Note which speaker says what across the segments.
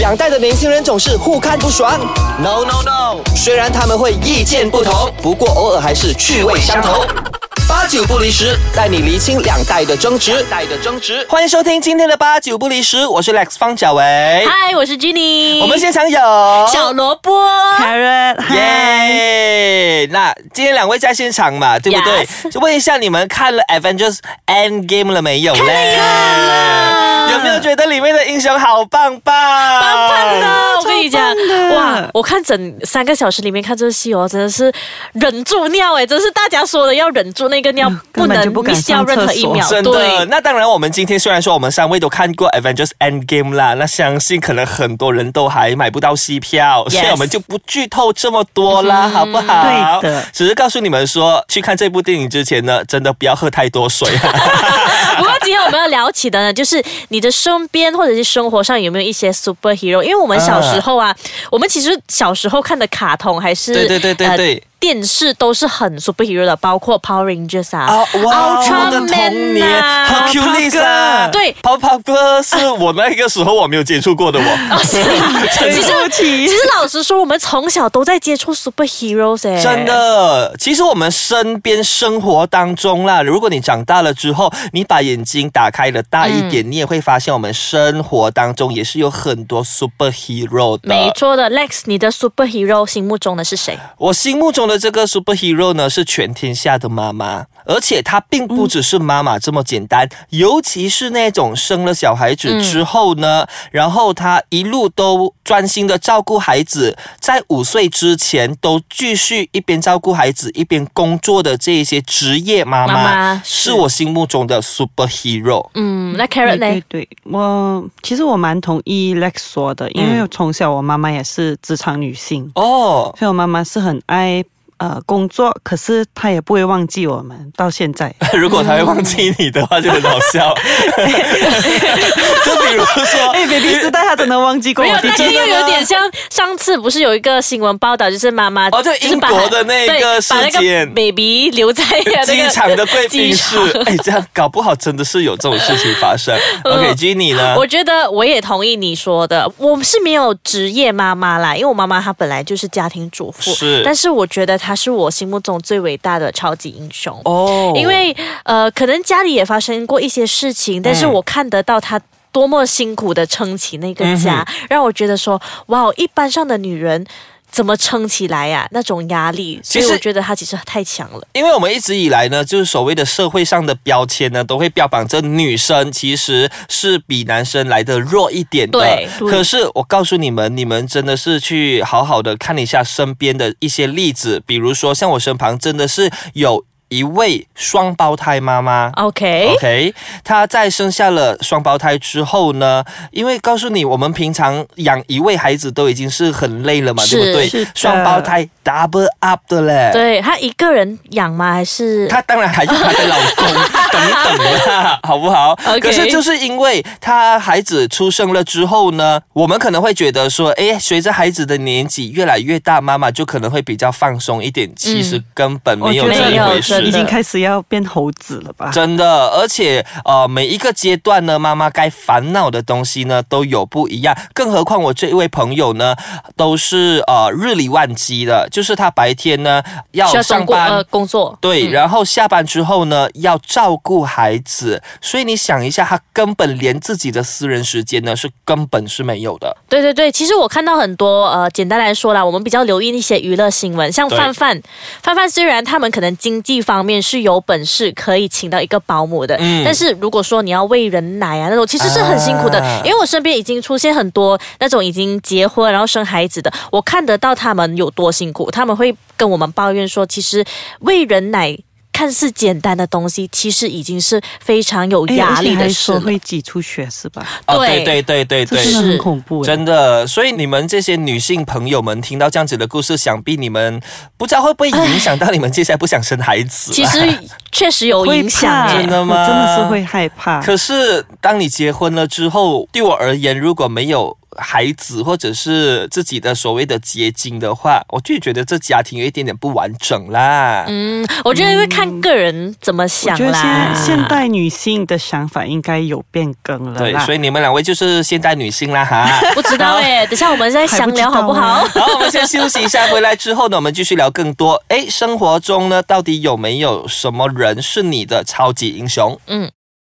Speaker 1: 两代的年轻人总是互看不爽。
Speaker 2: No no no，
Speaker 1: 虽然他们会意见不同，不过偶尔还是趣味相投。八九不离十，带你厘清两代的争执。
Speaker 2: 代的争执。
Speaker 1: 欢迎收听今天的八九不离十，我是 Lex 方小维。
Speaker 3: 嗨，我是 Jenny，
Speaker 1: 我们现场有
Speaker 3: 小萝卜，
Speaker 4: Carrot，嗨，
Speaker 1: 耶那今天两位在现场嘛，对不对
Speaker 3: Yes
Speaker 1: 就问一下你们看了 Avengers End Game 了没有嘞？
Speaker 3: 了
Speaker 1: 有没有觉得里面的英雄好棒棒？棒
Speaker 3: 棒的，我跟你讲
Speaker 4: 超棒，的
Speaker 3: 哇，我看整三个小时里面看这戏哦，真的是忍住尿哎，真是大家说的要忍住那个尿，
Speaker 4: 根本
Speaker 3: 能
Speaker 4: 就不敢
Speaker 3: miss 掉
Speaker 4: 上
Speaker 3: 任何
Speaker 4: 厕
Speaker 3: 一
Speaker 4: 所
Speaker 3: 秒，
Speaker 1: 真的，
Speaker 3: 对。
Speaker 1: 那当然，我们今天虽然说我们三位都看过 Avengers Endgame 啦，那相信可能很多人都还买不到戏票
Speaker 3: Yes 嗯
Speaker 1: 所以我们就不剧透这么多啦，好不好？
Speaker 4: 对的
Speaker 1: 只是告诉你们说，去看这部电影之前呢，真的不要喝太多水。啊
Speaker 3: 不过今天我们要聊起的呢，就是你的身边或者是生活上有没有一些 superhero？因为我们小时候啊，我们其实小时候看的卡通还是呃
Speaker 1: 对对对对对
Speaker 3: 电视都是很 superhero 的，包括 Power Rangers 啊，
Speaker 1: 我的
Speaker 3: Ultraman
Speaker 1: 童年
Speaker 3: 啊
Speaker 1: ，Hercules 啊，
Speaker 4: Papa
Speaker 3: 对
Speaker 1: ，Pop Pop 哥是我那个时候我没有接触过的 我。
Speaker 3: 其实
Speaker 4: 对不起
Speaker 3: 其实老实说，我们从小都在接触 superheroes 哎、
Speaker 1: 真。的，其实我们身边生活当中啦，如果你长大了之后，你把眼睛打开了大一点，你也会发现我们生活当中也是有很多 superhero 的。
Speaker 3: 没错的，Lex，你的 superhero 心目中的是谁？
Speaker 1: 我心目中的这个 superhero 呢，是全天下的妈妈，而且她并不只是妈妈这么简单，尤其是那种生了小孩子之后呢，然后她一路都专心的照顾孩子，在五岁之前都继续一边照顾孩子一边工作的这一些职业妈妈，
Speaker 3: 妈妈
Speaker 1: 是
Speaker 3: 是
Speaker 1: 我心目中的 superhero。
Speaker 3: 嗯，那
Speaker 4: 对
Speaker 3: Carrot 呢
Speaker 4: 对？对，我其实我蛮同意 Lex 说的，因
Speaker 3: 嗯
Speaker 4: 为从小我妈妈也是职场女性，
Speaker 1: 哦，
Speaker 4: 所以我妈妈是很爱呃工作，可是她也不会忘记我们到现在。
Speaker 1: 如果她会忘记你的话，就很好笑。就比如说，
Speaker 4: 哎，baby 时代她真的忘记过
Speaker 3: 没有
Speaker 4: 我，弟
Speaker 3: 那
Speaker 4: 弟
Speaker 3: 个。又有点像上次不是有一个新闻报道，就是妈妈
Speaker 1: 哦就英国的那个
Speaker 3: 就是把对
Speaker 1: 事件
Speaker 3: 把那个 baby 留在 那个
Speaker 1: 机场的贵宾
Speaker 3: 机
Speaker 1: 室
Speaker 3: 场，呃
Speaker 1: 哎，这样搞不好真的是有这种事情发 生。OK，Jenny、呢？
Speaker 3: 我觉得我也同意你说的，我是没有职业妈妈啦，因为我妈妈她本来就是家庭主妇，
Speaker 1: 是
Speaker 3: 但是我觉得她是我心目中最伟大的超级英雄。
Speaker 1: 哦
Speaker 3: 因为呃，可能家里也发生过一些事情，但
Speaker 1: 嗯
Speaker 3: 是我看得到她。多么辛苦的撑起那个
Speaker 1: 嗯
Speaker 3: 家，让我觉得说，哇，一般上的女人怎么撑起来呀、那种压力，
Speaker 1: 其
Speaker 3: 所
Speaker 1: 实
Speaker 3: 以我觉得她其实太强了。
Speaker 1: 因为我们一直以来呢，就是所谓的社会上的标签呢，都会标榜着女生其实是比男生来的弱一点的。
Speaker 3: 对
Speaker 4: 对
Speaker 1: 可是我告诉你们，你们真的是去好好的看一下身边的一些例子，比如说像我身旁真的是有一位双胞胎妈妈。
Speaker 3: OK，
Speaker 1: OK，她在生下了双胞胎之后呢，因为告诉你，我们平常养一位孩子都已经是很累了嘛，
Speaker 3: 是
Speaker 1: 对不对
Speaker 4: 是的？
Speaker 1: 双胞胎 double up 的嘞。
Speaker 3: 对她一个人养吗？还是
Speaker 1: 她当然还有她的老公等等啦， 好不好
Speaker 3: OK
Speaker 1: 可是就是因为她孩子出生了之后呢，我们可能会觉得说，哎，随着孩子的年纪越来越大，妈妈就可能会比较放松一点。其实根本
Speaker 4: 嗯我
Speaker 1: 没
Speaker 4: 觉
Speaker 1: 有这
Speaker 4: 得
Speaker 1: 一回事，
Speaker 3: 真的
Speaker 4: 已经开始要变猴子了吧？
Speaker 1: 啊真的，而且呃，每一个阶段呢，妈妈该烦恼的东西呢都有不一样。更何况我这一位朋友呢，都是呃日理万机的，就是他白天呢要
Speaker 3: 需要
Speaker 1: 上
Speaker 3: 通过
Speaker 1: 班。
Speaker 3: 呃工作？
Speaker 1: 对，然后下班之后呢，要照顾孩子，所以你想一下，他根本连自己的私人时间呢是根本是没有的。
Speaker 3: 对对对，其实我看到很多呃，简单来说啦，我们比较留意一些娱乐新闻，像
Speaker 1: 对
Speaker 3: 范范，范范虽然他们可能经济方面是有本事可以请到一个保姆的，
Speaker 1: 嗯
Speaker 3: 但是如果说你要喂人奶啊那种，其实是很辛苦的，
Speaker 1: 啊
Speaker 3: 因为我身边已经出现很多那种已经结婚然后生孩子的，我看得到他们有多辛苦，他们会跟我们抱怨说，其实喂人奶。看似简单的东西，其实已经是非常有
Speaker 4: 哎
Speaker 3: 压力
Speaker 4: 而且还
Speaker 3: 的事
Speaker 4: 说
Speaker 3: 了。
Speaker 4: 会挤出血是吧？
Speaker 1: 哦，对
Speaker 3: 对
Speaker 1: 对对对
Speaker 4: 这
Speaker 1: 对，
Speaker 4: 真的很恐怖。欸
Speaker 1: 真的，所以你们这些女性朋友们听到这样子的故事，想必你们不知道会不会影响到你们接下来不想生孩子、啊
Speaker 3: 其实确实有
Speaker 4: 啊会
Speaker 3: 影响、
Speaker 4: 怕
Speaker 3: 欸，
Speaker 1: 真的吗
Speaker 3: 啊
Speaker 4: 我真的是会害怕。
Speaker 1: 可是当你结婚了之后，对我而言，如果没有孩子或者是自己的所谓的结晶的话，我就觉得这家庭有一点点不完整啦。
Speaker 3: 嗯，我觉得会看个人怎么
Speaker 4: 我
Speaker 3: 想
Speaker 4: 觉得现
Speaker 3: 啦。
Speaker 4: 在现代女性的想法应该有变更了
Speaker 1: 对
Speaker 4: 啦，，
Speaker 1: 所以你们两位就是现代女性啦 哈。
Speaker 3: 不知道哎，等一下我们再详聊好不
Speaker 4: 还
Speaker 3: 好
Speaker 4: 不？啊
Speaker 1: 好，我们先休息一下，回来之后呢，我们继续聊更多。诶，生活中呢，到底有没有什么人是你的超级英雄？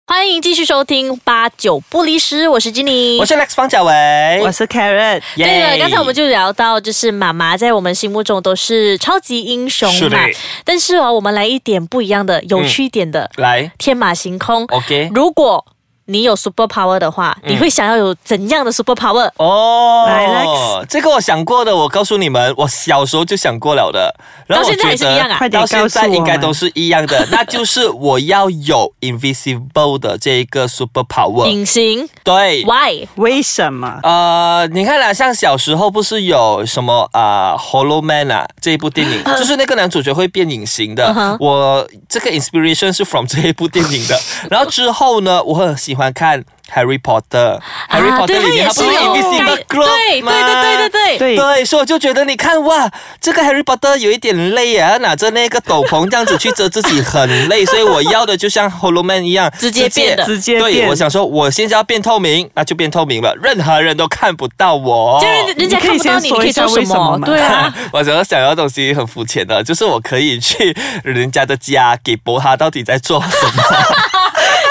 Speaker 3: 欢迎继续收听八九不离十，我是金妮
Speaker 1: 我。是 Lex 方小维，
Speaker 4: 我是 Carrot，
Speaker 3: 对了，
Speaker 1: 耶
Speaker 3: 刚才我们就聊到，就是妈妈在我们心目中都是超级英雄
Speaker 1: 是的
Speaker 3: 嘛。但是哦，我们来一点不一样的、有趣一点的，
Speaker 1: 来
Speaker 3: 天马行空。
Speaker 1: ，OK，
Speaker 3: 如果你有 super power 的话，
Speaker 1: 嗯
Speaker 3: 你会想要有怎样的 super power？
Speaker 1: 哦，
Speaker 4: 来，Lex
Speaker 1: 这个我想过的，我告诉你们，我小时候就想过了的。然后
Speaker 3: 到
Speaker 1: 我
Speaker 3: 现在还
Speaker 1: 觉
Speaker 3: 是一样啊
Speaker 1: 得
Speaker 4: 快点
Speaker 1: 到现
Speaker 4: 告
Speaker 1: 在
Speaker 4: 诉我
Speaker 1: 应该都是一样 的，那就是我要有 invisible 的这一个 super power。
Speaker 3: 隐形
Speaker 1: 对，
Speaker 3: ？Why？
Speaker 4: 为什么？
Speaker 1: 呃，你看啦，像小时候不是有什么啊、呃《Hollow Man》啊这一部电 影，就是那个男主角会变隐形的。
Speaker 3: 嗯哼
Speaker 1: 我这个 inspiration 是 from 这一部电影 的。然后之后呢，我很喜欢看《Harry Potter》，《Harry
Speaker 3: 啊
Speaker 1: Potter》
Speaker 3: 对，
Speaker 1: 里面
Speaker 3: 也
Speaker 1: 他不是
Speaker 3: 有
Speaker 1: invisible
Speaker 3: 对对
Speaker 1: cloak 吗？
Speaker 3: 对对对对。
Speaker 4: 对，
Speaker 1: 哎对，所以我就觉得，你看哇，这个 Harry Potter 有一点累啊，拿着那个斗篷这样子去遮自己很累，所以我要的就像 Hollow Man 一样，
Speaker 3: 直接变的
Speaker 4: 直接
Speaker 1: 对，
Speaker 4: 变
Speaker 1: 我想说，我现在要变透明，那就变透明了，任何人都看不到我。
Speaker 3: 就是人家
Speaker 4: 你可
Speaker 3: 看
Speaker 4: 以
Speaker 3: 不到
Speaker 4: 先
Speaker 3: 你，你
Speaker 4: 说
Speaker 3: 可以
Speaker 4: 一下
Speaker 3: 做什
Speaker 4: 为什么
Speaker 1: 哦
Speaker 3: 么？
Speaker 4: 嘛
Speaker 3: 对啊，
Speaker 1: 我想要想要的东西很肤浅的，就是我可以去人家的家给博哈到底在做什么，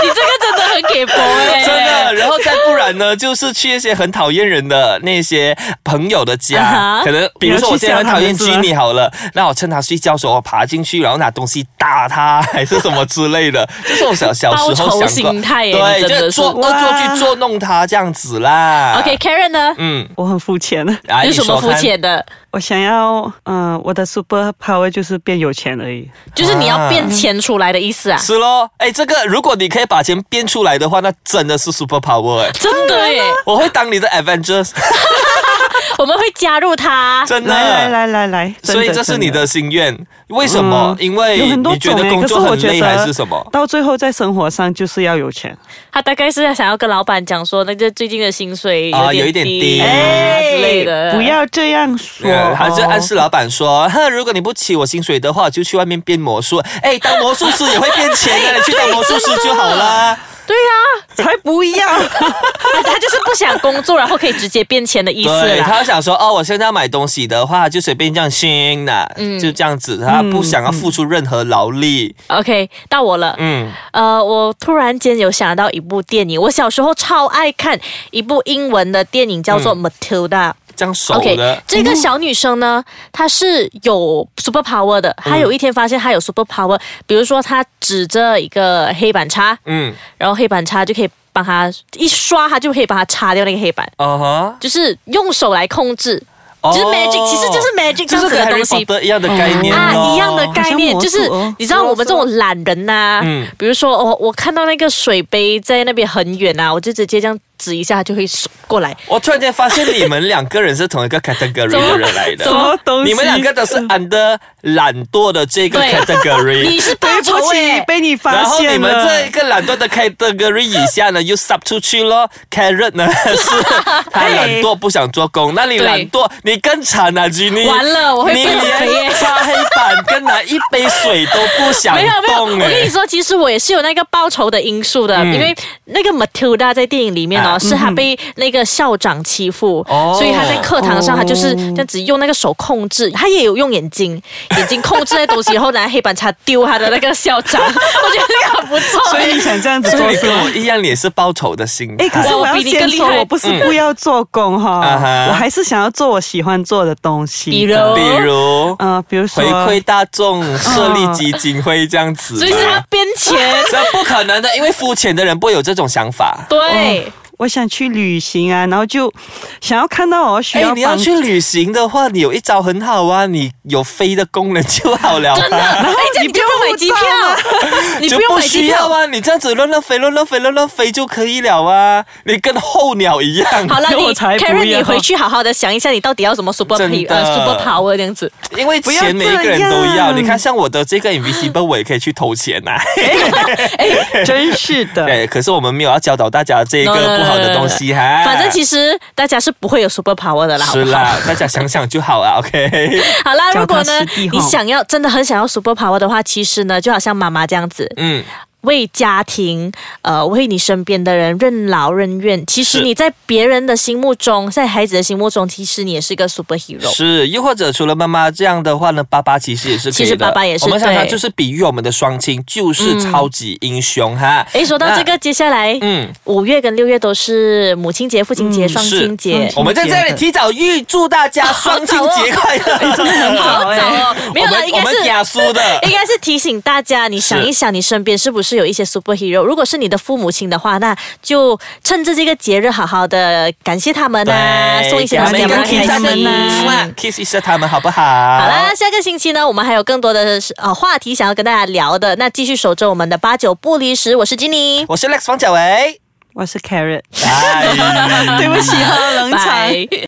Speaker 3: 你这个真的很给博哎、
Speaker 1: 真的。。然后再不然呢，就是去一些很讨厌人的那些朋友的
Speaker 3: 啊
Speaker 1: 家
Speaker 3: 哈，
Speaker 1: 可能比如说我现在很讨厌
Speaker 4: 你要去吓他们
Speaker 1: Jenny 好了，那我趁他睡觉的时候我爬进去，然后拿东西打他，还是什么之类 的，就是我小小时
Speaker 3: 报
Speaker 1: 候
Speaker 3: 仇
Speaker 1: 想过
Speaker 3: 心态耶
Speaker 1: 对，
Speaker 3: 你真的
Speaker 1: 就是做恶作
Speaker 4: 哇
Speaker 1: 剧捉弄他这样子啦。
Speaker 3: OK，Karen、呢？
Speaker 1: 嗯，
Speaker 4: 我很肤浅。
Speaker 1: 来
Speaker 3: 有什么
Speaker 1: 你
Speaker 3: 肤？
Speaker 1: 说看
Speaker 3: 浅的？
Speaker 4: 我想要，嗯、我的 super power 就是变有钱而已。
Speaker 3: 就是你要变钱出来的意思啊！
Speaker 1: 是咯，哎，这个如果你可以把钱变出来的话，那真的是 super power 哎。
Speaker 3: 真的耶，
Speaker 1: 我会当你的 Avengers，
Speaker 3: 我们会加入他。
Speaker 1: 真的。
Speaker 4: 来来来来来，真
Speaker 1: 所以这是你的心愿，为什么？
Speaker 4: 嗯
Speaker 1: 因为
Speaker 4: 有很多
Speaker 1: 你觉
Speaker 4: 种
Speaker 1: 得
Speaker 4: 欸
Speaker 1: 工
Speaker 4: 可是
Speaker 1: 作
Speaker 4: 我
Speaker 1: 很
Speaker 4: 觉
Speaker 1: 累
Speaker 4: 得
Speaker 1: 还是什么？
Speaker 4: 到最后在生活上就是要有钱。
Speaker 3: 他大概是想要跟老板讲说，那个最近的薪水
Speaker 1: 啊
Speaker 3: 有
Speaker 1: 有一点低
Speaker 3: 啊之类的。
Speaker 4: 不要这样说，
Speaker 3: 哦
Speaker 4: 哦
Speaker 1: 嗯还是暗示老板说， 哼，如果你不起我薪水的话，我就去外面变魔术。 哎，当魔术师也会变钱的，你去当魔术师就好 啦。
Speaker 3: 对啊，
Speaker 4: 才不要。
Speaker 3: 他他就是不想工作，然后可以直接变钱的意思
Speaker 1: 对，
Speaker 3: 啦。
Speaker 1: 他想说，哦，我现在要买东西的话，就随便这样新的，
Speaker 3: 嗯
Speaker 1: 就这样子，他不想要付出任何劳力。
Speaker 3: OK，到我了。
Speaker 1: 嗯，
Speaker 3: 呃，我突然间有想到一部电影，我小时候超爱看一部英文的电影，叫做
Speaker 1: 嗯
Speaker 3: 《Matilda》。
Speaker 1: 这样熟的。
Speaker 3: 这个小女生呢，她是有 super power 的。她
Speaker 1: 嗯
Speaker 3: 有一天发现她有 super power，、比如说她指着一个黑板擦，
Speaker 1: 嗯，
Speaker 3: 然后黑板擦就可以帮她一刷，她就可以帮她擦掉那个黑板，
Speaker 1: 哦
Speaker 3: 就是用手来控制，
Speaker 1: 哈，
Speaker 3: 就是 magic，、
Speaker 1: 哦
Speaker 3: 其实就是 magic 这
Speaker 1: 就
Speaker 3: 样
Speaker 1: 是
Speaker 3: 子
Speaker 1: 跟
Speaker 3: 的
Speaker 1: Harry
Speaker 3: 东西。
Speaker 1: Potter 一样的概念
Speaker 3: 啊，
Speaker 1: 咯
Speaker 3: 一样的概念，
Speaker 4: 好像魔
Speaker 3: 就
Speaker 4: 术
Speaker 3: 是
Speaker 4: 哦
Speaker 3: 你知道我们这种懒人呐、
Speaker 1: 嗯
Speaker 3: 比如说哦我我看到那个水杯在那边很远啊，我就直接这样指一下，它就会过来。
Speaker 1: 我突然间发现你们两个人是同一个 category
Speaker 3: 怎么
Speaker 1: 的人来
Speaker 3: 怎
Speaker 4: 什
Speaker 1: 的，
Speaker 4: 么东西？
Speaker 1: 你们两个都是 under 懒惰的这个
Speaker 3: 对
Speaker 1: category
Speaker 3: 你。是
Speaker 4: 对
Speaker 3: 报
Speaker 4: 不
Speaker 3: 仇哎、
Speaker 4: 起，被你
Speaker 1: 然
Speaker 4: 发
Speaker 1: 后你
Speaker 4: 现
Speaker 1: 们
Speaker 4: 了。
Speaker 1: 这一个懒惰的 category 以下呢，又 sub 出去咯。Carrot 呢 是他懒惰不想做工，那你
Speaker 3: 对
Speaker 1: 懒惰你更惨啊，Jenny。
Speaker 3: 完了我会
Speaker 1: 你
Speaker 3: 变肥耶
Speaker 1: 连擦黑板跟拿一杯水都不想
Speaker 3: 没有没有，
Speaker 1: 动
Speaker 3: 我跟你
Speaker 1: 哎。
Speaker 3: 说，其实我也是有那个报仇的因素的，因为那个 Matilda 在电影里面哦，
Speaker 1: 啊
Speaker 3: 是她被那个校长欺负，
Speaker 1: 哦
Speaker 3: 所以她在课堂上，
Speaker 4: 哦
Speaker 3: 她就是这样子用那个手控制，她也有用眼睛，眼睛控制那东西，然后拿黑板擦丢她的那个校长， 我觉得那个很不错。
Speaker 4: 所以你想这样子
Speaker 1: 所
Speaker 4: 做
Speaker 1: 以你
Speaker 4: 是
Speaker 1: 跟
Speaker 4: 吗
Speaker 1: 我？一样，你也是报仇的心态。
Speaker 4: 哎，可是
Speaker 3: 哇
Speaker 4: 我
Speaker 3: 我
Speaker 4: 要
Speaker 3: 比你更
Speaker 4: 先
Speaker 3: 厉
Speaker 4: 说，
Speaker 3: 害
Speaker 4: 我不是
Speaker 1: 嗯
Speaker 4: 不要做工
Speaker 1: 啊哈
Speaker 4: 哈，我还是想要做我喜欢做的东西。
Speaker 3: 比如
Speaker 1: 比如
Speaker 4: 呃，比如说嗯
Speaker 1: 回馈大众、设立基金会这样子吗。
Speaker 3: 所以是她编钱，
Speaker 1: 这不可能的，因为肤浅的人不会有这种想法。
Speaker 3: 对，
Speaker 4: 我想去旅行啊，然后就想要看到我 需
Speaker 1: 哎、
Speaker 4: 要
Speaker 1: 你要
Speaker 4: 帮助。
Speaker 1: 去旅行的话，你有一招很好啊，你有飞的功能就好了、啊。
Speaker 3: 真的，哎，这样你不用买机票， 你
Speaker 1: 就
Speaker 3: 不用
Speaker 1: 不
Speaker 3: 买机
Speaker 1: 需要
Speaker 3: 票。
Speaker 1: 啊！你这样子乱乱飞、乱乱飞、乱乱飞就可以了啊！你跟候鸟一样。
Speaker 3: 好了，你
Speaker 4: 我才不
Speaker 3: Karen，你
Speaker 4: 要
Speaker 3: 回去好好的想一下，你到底要什么 super
Speaker 1: 真
Speaker 3: p
Speaker 1: 的
Speaker 3: 呃 super power 这样子。
Speaker 1: 因为
Speaker 4: 不要
Speaker 1: 钱每一个人
Speaker 4: 这
Speaker 1: 都
Speaker 4: 样
Speaker 1: 要。你看，像我的这个 invisible，我也可以 去投钱呐、啊。
Speaker 4: 真是的，
Speaker 3: 哎
Speaker 1: 对，可是我们没有要教导大家这个
Speaker 3: No, no, no,
Speaker 1: 不好的东西哈。
Speaker 3: 反正其实大家是不会有 super power 的啦，好
Speaker 1: 哎是
Speaker 3: 不好？
Speaker 1: 啦，大家想想就好了，OK。
Speaker 3: 好啦，
Speaker 4: 脚踏
Speaker 3: 如果呢
Speaker 4: 实地，哈
Speaker 3: 你想要真的很想要 super power 的话，其实呢，就好像妈妈这样子，
Speaker 1: 嗯，
Speaker 3: 为家庭，呃，为你身边的人任劳任怨。其实
Speaker 1: 是
Speaker 3: 你在别人的心目中，在孩子的心目中，其实你也是一个 superhero。
Speaker 1: 是，又或者除了妈妈这样的话呢，爸爸其实也是可以的。
Speaker 3: 其实爸爸也是
Speaker 1: 我们常常
Speaker 3: 对
Speaker 1: 就是比喻我们的双亲就是超级英雄啊哈。
Speaker 3: 嗯诶，说到
Speaker 1: 那
Speaker 3: 这个，接下来
Speaker 1: 嗯，
Speaker 3: 五月跟六月都是母亲节、父亲节、双
Speaker 1: 是
Speaker 3: 亲节。
Speaker 1: 我们在这里提早预祝大家双亲节快乐。真的很
Speaker 3: 好早哦，没有
Speaker 1: 嗯 我
Speaker 3: 啦，
Speaker 1: 们
Speaker 3: 应
Speaker 1: 我
Speaker 3: 该
Speaker 1: 们
Speaker 3: 是。
Speaker 1: 雅苏 的
Speaker 3: 应该是提醒大家，你想一想，你身边是不是有一些 superhero？如果是你的父母亲的话，那就趁着这个节日好好的感谢他们啊，
Speaker 1: 对
Speaker 3: 送一些
Speaker 1: 给
Speaker 3: 东
Speaker 1: 他
Speaker 3: 西
Speaker 1: 们一个
Speaker 3: 给他们
Speaker 1: kiss 他
Speaker 3: 开心啊
Speaker 1: 们。，kiss 一下他们好不好？
Speaker 3: 好
Speaker 1: 好
Speaker 3: 啦，下个星期呢，我们还有更多的呃话题想要跟大家聊的，那继续守着我们的八九不离十，我是金妮，
Speaker 1: 我是 Lex 方小维。
Speaker 4: 我是 Carrot，
Speaker 1: 哎
Speaker 4: 对不起，喝冷场。
Speaker 3: 拜。